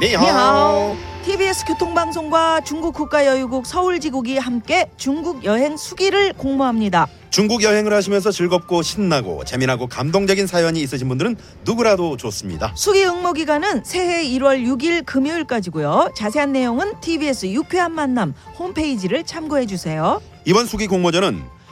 니하오. TBS 교통방송과 중국 국가여유국 서울지국이 함께 중국 여행 수기를 공모합니다. 중국 여행을 하시면서 즐겁고 신나고 재미나고 감동적인 사연이 있으신 분들은 누구라도 좋습니다. 수기 응모 기간은 새해 1월 6일 금요일까지고요. 자세한 내용은 TBS 유쾌한 만남 홈페이지를 참고해 주세요. 이번 수기 공모전은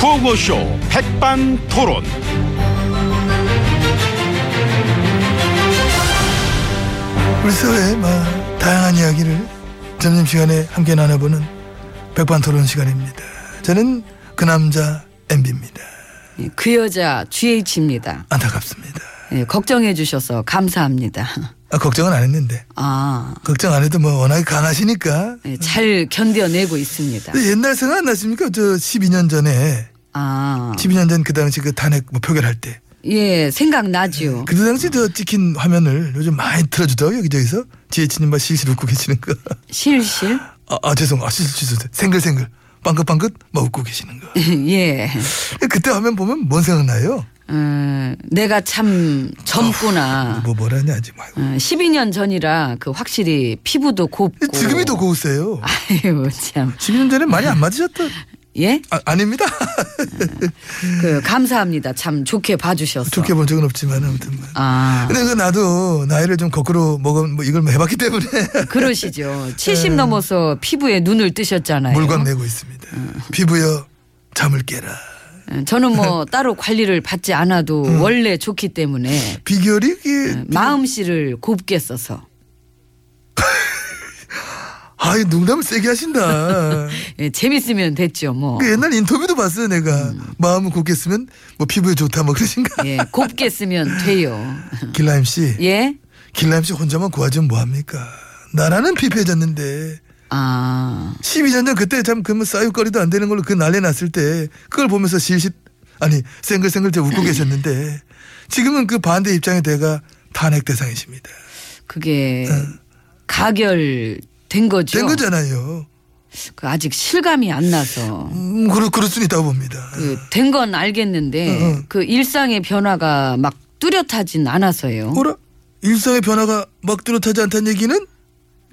구호쇼 백반토론. 우리 사회의 막 다양한 이야기를 점심시간에 함께 나눠보는 백반토론 시간입니다. 저는 그 남자 MB입니다. 예, 그 여자 GH입니다. 예, 안타깝습니다. 걱정해 주셔서 감사합니다. 아, 걱정은 안 했는데 아, 걱정 안 해도 뭐 워낙에 강하시니까 예, 잘 견뎌내고 있습니다. 근데 옛날 생각 안 나십니까? 저 12년 전에 아, 12년 전 그 당시 그 탄핵 뭐 표결할 때 예, 생각나지요. 그때 당시 저 찍힌 화면을 요즘 많이 틀어주더라고요 여기저기서 지혜진님 막 실실 웃고 계시는 거 실실? 아, 아 죄송 아 실실 실실 생글생글 빵긋빵긋 막 웃고 계시는 거 예. 그때 화면 보면 뭔 생각나요? 음, 내가 참 젊구나. 뭐 뭐라냐 아직 말고 음, 12년 전이라 그 확실히 피부도 곱고. 지금이 더 고우세요. 아유, 참. 12년 전에 많이 안 맞으셨다. 예? 아, 아닙니다. 그, 감사합니다. 참 좋게 봐주셔서. 좋게 본 적은 없지만 아무튼. 뭐. 아, 근데 그 나도 나이를 좀 거꾸로 먹은 뭐 이걸 뭐 해봤기 때문에 네. 그러시죠. 70 넘어서 피부에 눈을 뜨셨잖아요. 네. 물광 내고 있습니다. 피부여 잠을 깨라. 예, 저는 뭐 따로 관리를 받지 않아도 음. 원래 좋기 때문에 예, 비결이 이게 음. 마음씨를 곱게 써서 아이 농담을 세게 하신다. 예, 재밌으면 됐죠 뭐. 그 옛날 인터뷰도 봤어요 내가 마음을 곱게 쓰면 뭐 피부에 좋다 뭐 그러신가. 예, 곱게 쓰면 돼요. 길라임 씨, 예? 길라임 씨 혼자만 고하지면 뭐 합니까? 나라는 피폐해졌는데 아, 12년 전 그때 참 그뭐 싸육거리도 안 되는 걸로 그 난리 났을 때 그걸 보면서 실실 아니 생글생글 저 웃고 계셨는데 지금은 그 반대 입장에 대가 탄핵 대상이십니다. 그게 가결된 거죠. 된 거잖아요. 그 아직 실감이 안 나서 그 음, 그럴 그럴 수는 있다고 봅니다. 된 건 알겠는데 응, 응. 그 일상의 변화가 막 뚜렷하진 않아서요. 어라 일상의 변화가 막 뚜렷하지 않다는 얘기는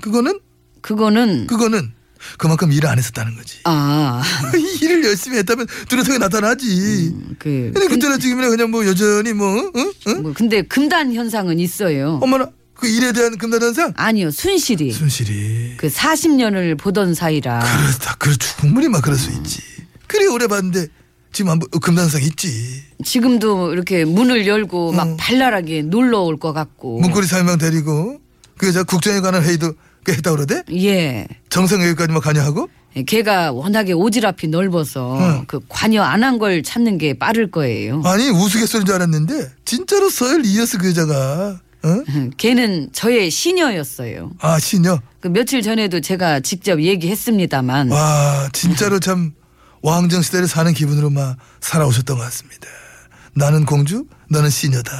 그거는 그거는 그거는 그만큼 일을 안 했었다는 거지. 아, 일을 열심히 했다면 뚜렷하게 나타나지. 그 음. 근데 그때나 지금이나 그냥 뭐 여전히 뭐 응? 응? 응? 뭐 근데 금단 현상은 있어요. 어머나 그 일에 대한 금단현상 아니요, 순실이. 순실이 그 40년을 보던 사이라 그렇다. 그래 충분히 막 그럴 수 있지. 그래 오래 봤는데 지금 한번 금단상 있지. 지금도 이렇게 문을 열고 막 음. 뭐 발랄하게 놀러 올 것 같고. 문고리 설명 데리고 그 여자 국정에 관한 회의도 꽤 했다 그러대. 예. 정상회의까지 막 관여하고. 걔가 워낙에 오지랖이 넓어서 음. 어. 그 관여 안 한 걸 찾는 게 빠를 거예요. 아니 우스갯소리인 줄 알았는데 진짜로 서열 이어서 그 여자가. 어? 걔는 음, 저의 시녀였어요. 아 시녀. 그 며칠 전에도 제가 직접 얘기했습니다만 어. 와 진짜로 참 왕정 시대를 사는 기분으로 막 살아오셨던 것 같습니다. 나는 공주, 너는 시녀다.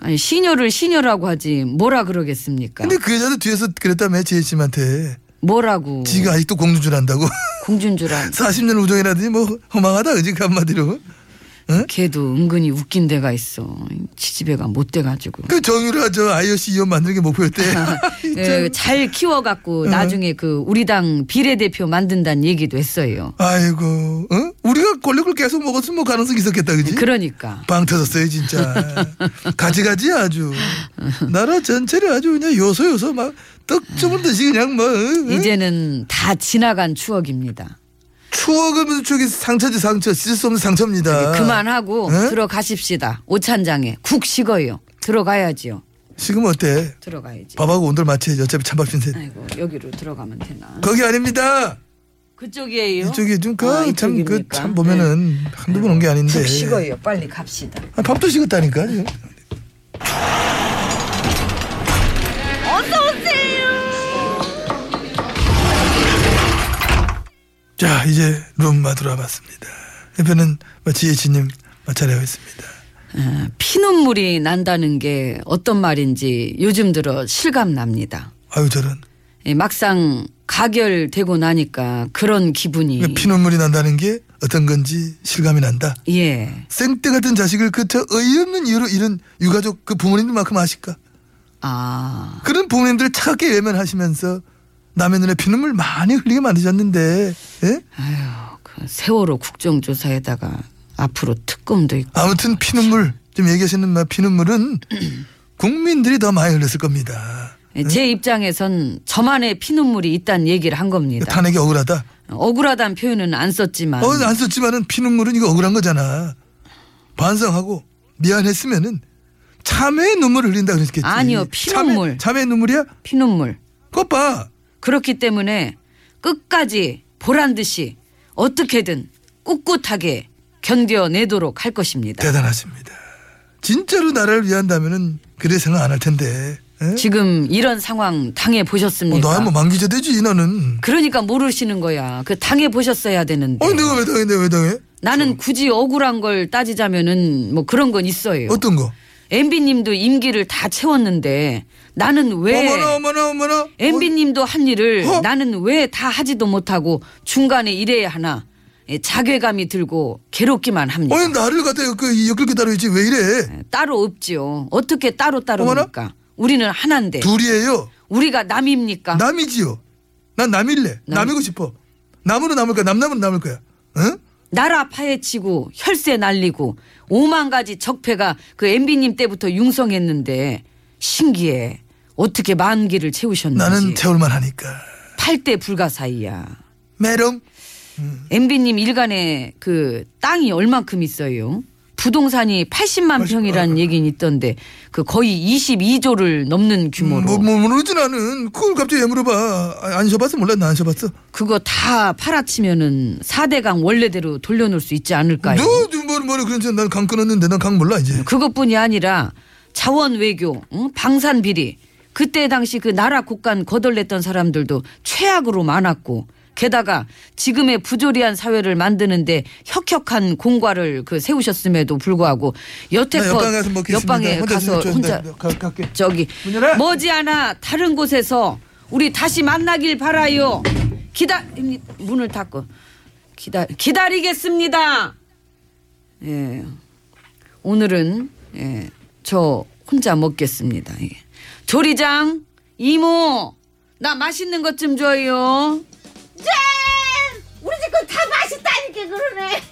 아니, 시녀를 시녀라고 하지 뭐라 그러겠습니까? 근데 그 여자도 뒤에서 그랬다며 지혜 씨한테 뭐라고 지가 아직도 공주인 줄 안다고. 공주인 줄 알고 40년 우정이라더니 뭐 허망하다 그지 그 한마디로 걔도 은근히 웃긴 데가 있어. 지지배가 못 돼가지고. 그 정유라 저 IOC 의원 만드는 게 목표였대 예, 잘 어. 키워갖고 나중에 그 우리 당 비례대표 만든다는 얘기도 했어요. 아이고 응? 우리가 권력을 계속 먹었으면 뭐 가능성이 있었겠다 그지 그러니까 빵 터졌어요 진짜 가지가지 아주 나라 전체를 아주 그냥 요소요소 막 떡 주문 듯이 그냥 뭐 응? 이제는 다 지나간 추억입니다. 추억을 무슨 추억이 상처지 상처 씻을 수 없는 상처입니다 그만하고 응? 들어가십시다. 오찬장에 국 식어요. 들어가야지요. 지금 어때 들어가야지. 밥하고 온돌 맞춰야지 어차피 찬밥 신세 아이고 여기로 들어가면 되나? 거기 아닙니다 그 그쪽이에요. 이쪽이 아, 좀그참 그 참 이쪽입니까? 네. 보면은 한두 번 온 게 아닌데. 푹 식어요. 빨리 갑시다. 아, 밥도 식었다니까. 예. 지금. 자 이제 룸마 들어와봤습니다. 옆에는 지혜진님 마차례가 있습니다. 아, 피눈물이 난다는 게 어떤 말인지 요즘 들어 실감납니다. 아유 저런 예, 막상 가결되고 나니까 그런 기분이 그러니까 피눈물이 난다는 게 어떤 건지 실감이 난다. 예. 생떼 같은 자식을 그저 어이없는 이유로 잃은 유가족 그 부모님들만큼 아실까? 아. 그런 부모님들을 차갑게 외면하시면서 남의 눈에 피눈물 많이 흘리게 만드셨는데 예? 아유, 그 세월호 국정조사에다가 앞으로 특검도 있고. 아무튼 피눈물 지금 얘기하시는 막 피눈물은 국민들이 더 많이 흘렸을 겁니다. 예, 제 입장에선 저만의 피눈물이 있다는 얘기를 한 겁니다. 아. 탄핵이 억울하다. 억울하다는 표현은 안 썼지만 어, 안 썼지만은 피눈물은 이거 억울한 거잖아. 반성하고 미안했으면은 참회의 눈물을 흘린다 그랬겠지. 아니요, 참회, 피눈물. 참회의 눈물이야? 피눈물. 그것 봐. 그렇기 때문에 끝까지 보란 듯이 어떻게든 꿋꿋하게 견뎌내도록 할 것입니다. 대단하십니다. 진짜로 나라를 위한다면은 그래 생각 안 할 텐데. 에? 지금 이런 상황 당해 네. 어, 보셨습니까? 나야 뭐 만기제 되지 나는. 그러니까 모르시는 거야. 그 당해 보셨어야 되는데. 어 내가 왜 당해 내가 왜 당해? 나는 굳이 억울한 걸 따지자면은 뭐 그런 건 있어요. 어떤 거? MB님도 임기를 다 채웠는데 나는 왜 어머나 어머나 어머나. MB님도 한 일을 어? 나는 왜 다 하지도 못하고 중간에 이래야 하나 예, 자괴감이 들고 괴롭기만 합니다. 어, 어 나를 갖다 그 엮을게 다루지 왜 이래? 예, 따로 없지요. 어떻게 따로 따로입니까? 우리는 하나인데 둘이에요. 우리가 남입니까? 남이지요. 난 남일래. 아. 남- 남이고 싶어. 남으로 남을 거야. 남남으로 남을 거야. 응? 나라 파헤치고 혈세 날리고 오만 가지 적폐가 그 MB님 때부터 융성했는데 신기해. 어떻게 만기를 채우셨는지. 나는 채울만 하니까. 8대 불가사의야. 메롱. MB님 일간에 그 땅이 얼만큼 있어요? 부동산이 80만 평이라는 얘기는 있던데 그 거의 22조를 넘는 규모로 뭐, 뭐 모르지 나는. 그걸 갑자기 왜 물어봐. 아, 안 쉬어봤어? 몰라. 나 안 쉬어봤어. 그거 다 팔아치면은 4대강 원래대로 돌려놓을 수 있지 않을까요? 너뭐 뭐, 그런 짓. 난강 끊었는데 난 강 몰라 이제. 그것뿐이 아니라 자원 외교, 응? 방산 비리. 그때 당시 그 나라 국간 거덜냈던 사람들도 최악으로 많았고 게다가 지금의 부조리한 사회를 만드는데 혁혁한 공과를 그 세우셨음에도 불구하고 나 여태껏 네, 옆방 가서 먹겠습니다. 그, 옆방에 가서 있으면 혼자 좋은데. 가, 갈게. 저기 문 열어. 머지않아 다른 곳에서 우리 다시 만나길 바라요. 기다 문을 닫고 기다 기다리겠습니다. 예. 오늘은 예, 저 혼자 먹겠습니다. 예. 조리장 이모 나 맛있는 것 좀 줘요. 짠! 우리 집 거 다 맛있다니까 그러네.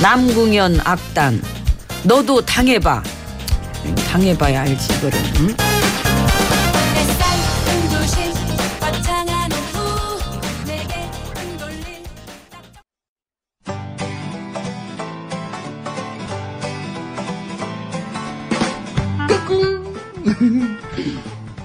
남궁현 악단 너도 당해봐. 당해봐야 알지 그걸. 응? 햇살 눈부신 화창한 오후 내게 흔들린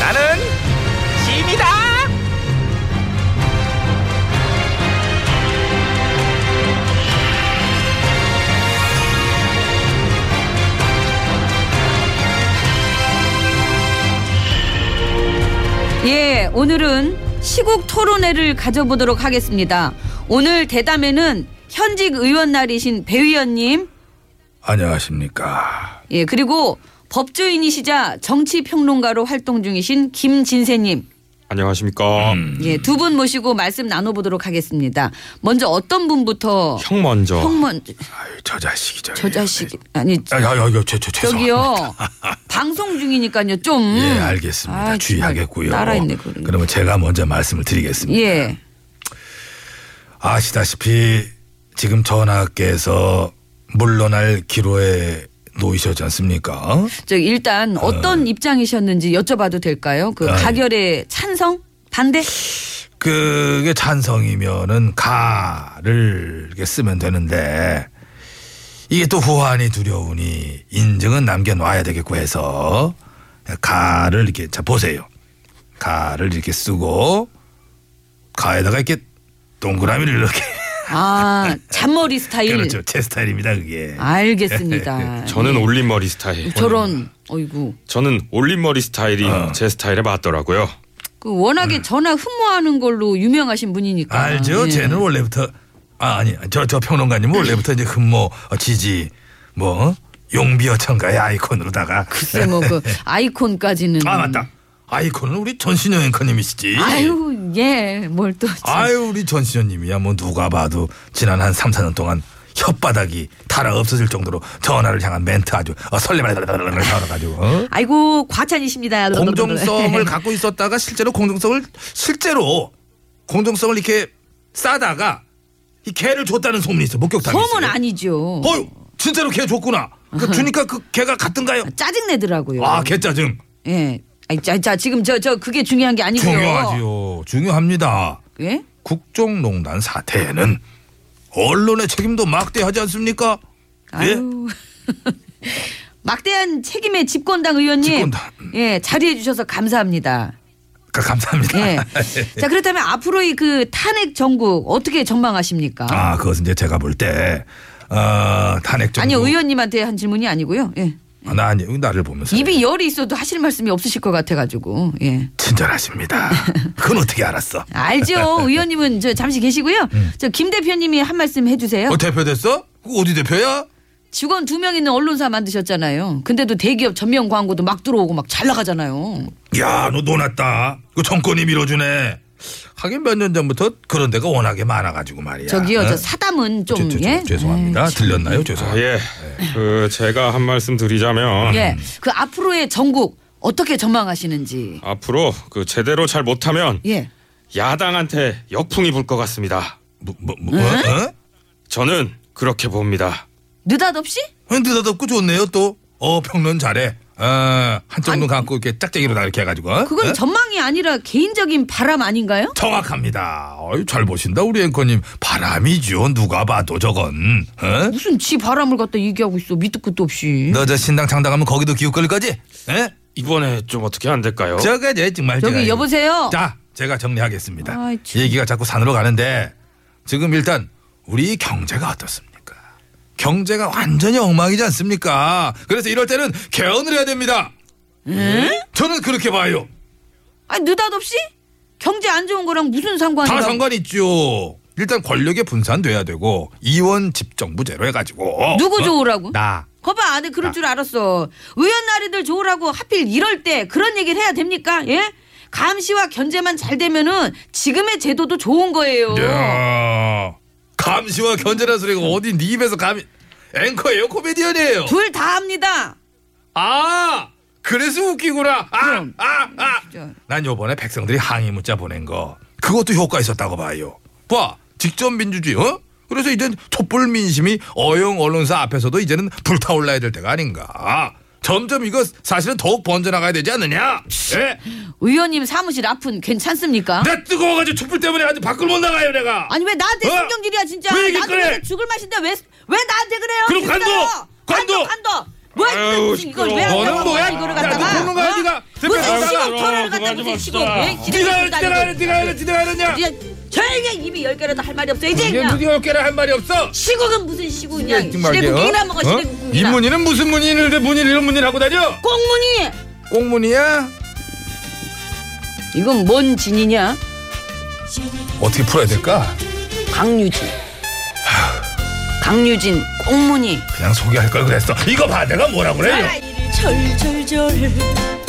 나는 짐이다. 예, 오늘은 시국 토론회를 가져보도록 하겠습니다. 오늘 대담에는 현직 의원 날이신 배 의원님, 안녕하십니까. 예, 그리고 법조인이시자 정치 평론가로 활동 중이신 김진세님, 안녕하십니까. 음. 예, 두 분 모시고 말씀 나눠보도록 하겠습니다. 먼저 어떤 분부터 형 먼저. 형먼 아유, 저 자식이 저기. 저 자식이 아니 아, 야, 야, 야, 저, 저, 죄송합니다. 저기요 방송 중이니까요 좀 예, 알겠습니다. 아, 정말 주의하겠고요. 따라했네 그래. 그러면 제가 먼저 말씀을 드리겠습니다. 예. 아시다시피 지금 전하께서 물러날 기로에 놓이셨지 않습니까? 저 일단 어떤 입장이셨는지 여쭤봐도 될까요? 그 아, 예. 가결에 찬성? 반대? 그게 찬성이면은 가를 이렇게 쓰면 되는데 이게 또 후환이 두려우니 인증은 남겨놔야 되겠고 해서 가를 이렇게 자 보세요 가를 이렇게 쓰고 가에다가 이렇게 동그라미를 이렇게 아 잔머리 스타일. 그렇죠 제 스타일입니다 그게 알겠습니다. 저는 예. 올림머리 스타일. 저런 어이구 저는 올림머리 스타일이 어. 제 스타일에 맞더라고요. 그 워낙에 전화 흠모하는 걸로 유명하신 분이니까 예. 알죠 예. 쟤는 원래부터 아 아니 저 저 평론가님 은 원래부터 이제 흠모 어, 지지 뭐 어? 용비어 청가의 아이콘으로다가 글쎄 뭐 그 아이콘까지는 아 맞다. 아이콘은 우리 전신영 앵커님이시지. 음. 아유 예뭘또 아유, 우리 전신영님이야 뭐 누가 봐도 지난 한 3, 4년 동안 혓바닥이 달아 없어질 정도로 전화를 향한 멘트 아주 어, 설레발 달아가지고 어? 아이고 과찬이십니다. 공정성을 갖고 있었다가 실제로 공정성을 실제로 공정성을 이렇게 싸다가 이 개를 줬다는 소문이 있어 목격당했어요. 소문 아니죠. 어유 진짜로 개 줬구나. 그 주니까 그 개가 같은가요? 짜증 내더라고요. 아 개짜증. 예. 아니, 자, 자 지금 저 저 그게 중요한 게 아니고요. 중요하지요. 중요합니다. 예? 국정농단 사태에는 언론의 책임도 막대하지 않습니까? 예? 아유. 막대한 책임의 집권당 의원님. 집권당. 예, 자리해 주셔서 감사합니다. 가- 감사합니다. 예. 자, 그렇다면 앞으로의 그 탄핵 전국 어떻게 전망하십니까? 아, 그것은 이제 제가 볼 때 어, 탄핵 정부. 아니요, 의원님한테 한 질문이 아니고요. 예. 아, 나 아니 나를 보면서 입이 열이 있어도 하실 말씀이 없으실 것 같아 가지고. 예. 친절하십니다. 그건 어떻게 알았어? 알죠. 예. 의원님은 저 잠시 계시고요. 저 김 대표님이 한 말씀 해 주세요. 음. 어, 대표 됐어? 그거 어디 대표야? 직원 두 명 있는 언론사 만드셨잖아요. 근데도 대기업 전면 광고도 막 들어오고 막 잘 나가잖아요. 야, 너 놀았다. 그 정권이 밀어주네. 하긴 몇 년 전부터 그런 데가 워낙에 많아가지고 말이야. 저기요, 어? 저 사담은 좀 죄- 죄- 죄- 예. 죄송합니다. 들렸나요? 아, 죄송합니다. 예. 그 제가 한 말씀 드리자면 음. 예, 그 앞으로의 전국 어떻게 전망하시는지. 앞으로 그 제대로 잘 못하면 예. 야당한테 역풍이 불 것 같습니다. 뭐, 뭐, 뭐, 네? 어? 저는 그렇게 봅니다. 느닷없이? 흔들어덥고 좋네요 또. 어 평론 잘해. 어, 한쪽 눈 감고 이렇게 짝짝이로 다 이렇게 해가지고. 어? 그건 어? 전망이 아니라 개인적인 바람 아닌가요? 정확합니다. 어이, 잘 보신다 우리 앵커님. 바람이죠. 누가 봐도 저건. 어? 무슨 지 바람을 갖다 얘기하고 있어. 밑도 끝도 없이. 너저 신당 창당하면 거기도 기웃 거릴 거지? 에? 이번에 좀 어떻게 안 될까요? 저거 이제 정말 제가 저기 이거- 여보세요. 네, 자, 제가 정리하겠습니다. 아이, 참. 얘기가 자꾸 산으로 가는데 지금 일단 우리 경제가 어떻습니까? 경제가 완전히 엉망이지 않습니까? 그래서 이럴 때는 개헌을 해야 됩니다. 저는 그렇게 봐요. 아니 느닷없이? 경제 안 좋은 거랑 무슨 상관이야? 다 상관 있죠. 일단 권력이 분산돼야 되고 이원 집정부제로 해가지고 누구 어? 좋으라고? 나 거봐 아는 그럴 줄 알았어. 의원 날이들 좋으라고 하필 이럴 때 그런 얘기를 해야 됩니까? 예? 감시와 견제만 잘 되면은 지금의 제도도 좋은 거예요. 야, 감시와 견제라는 소리가 어디 네 입에서 감이 앵커예요 코미디언이에요 둘 다 합니다. 아 그래서 웃기구나 아, 그럼. 진짜. 아아아난 요번에 백성들이 항의 문자 보낸 거 그것도 효과 있었다고 봐요 봐 직접 민주주의 어? 그래서 이제 촛불 민심이 어영 언론사 앞에서도 이제는 불타올라야 될 때가 아닌가 점점 이거 사실은 더욱 번져나가야 되지 않느냐 예? 의원님 사무실 앞은 괜찮습니까? 나 뜨거워가지고 촛불 때문에 아주 밖을 못 나가요 내가 어? 아니 왜 나한테 어? 신경질이야 진짜? 왜 이게 나도 그래? 그래서 죽을 맛인데 왜 왜 나한테 그래요? 그럼 진짜요? 관둬! 관둬! 관둬! 관둬! 뭐야 아유, 이거 지금 이걸 왜안 시끄러워. 너는 뭐야? 이거를 야, 너 갖다가 보는 거야, 어? 네가? 어, 무슨 시공 제발 나가라. 토론을 갖다 그만하지 무슨 시공 맙시다. 예? 네가 네가 하는 네가 하는 네가 하느냐 그냥 조용히 입이 열 개라도 할 말이 없어 이제 이게 그냥 무슨 열 개를 할 말이 없어 시국은 무슨 시국이냐 이게 정말 시래국이나 이게, 먹어 어? 시래국이나 이문희는 무슨 문의를 문의를 이런 문의를 하고 다녀 꽁무니 꽁문이야 이건 뭔 진이냐? 어떻게 풀어야 될까? 강유진. 강유진 꽁무니. 그냥 소개할 걸 그랬어. 이거 봐, 내가 뭐라 그래요? 절절절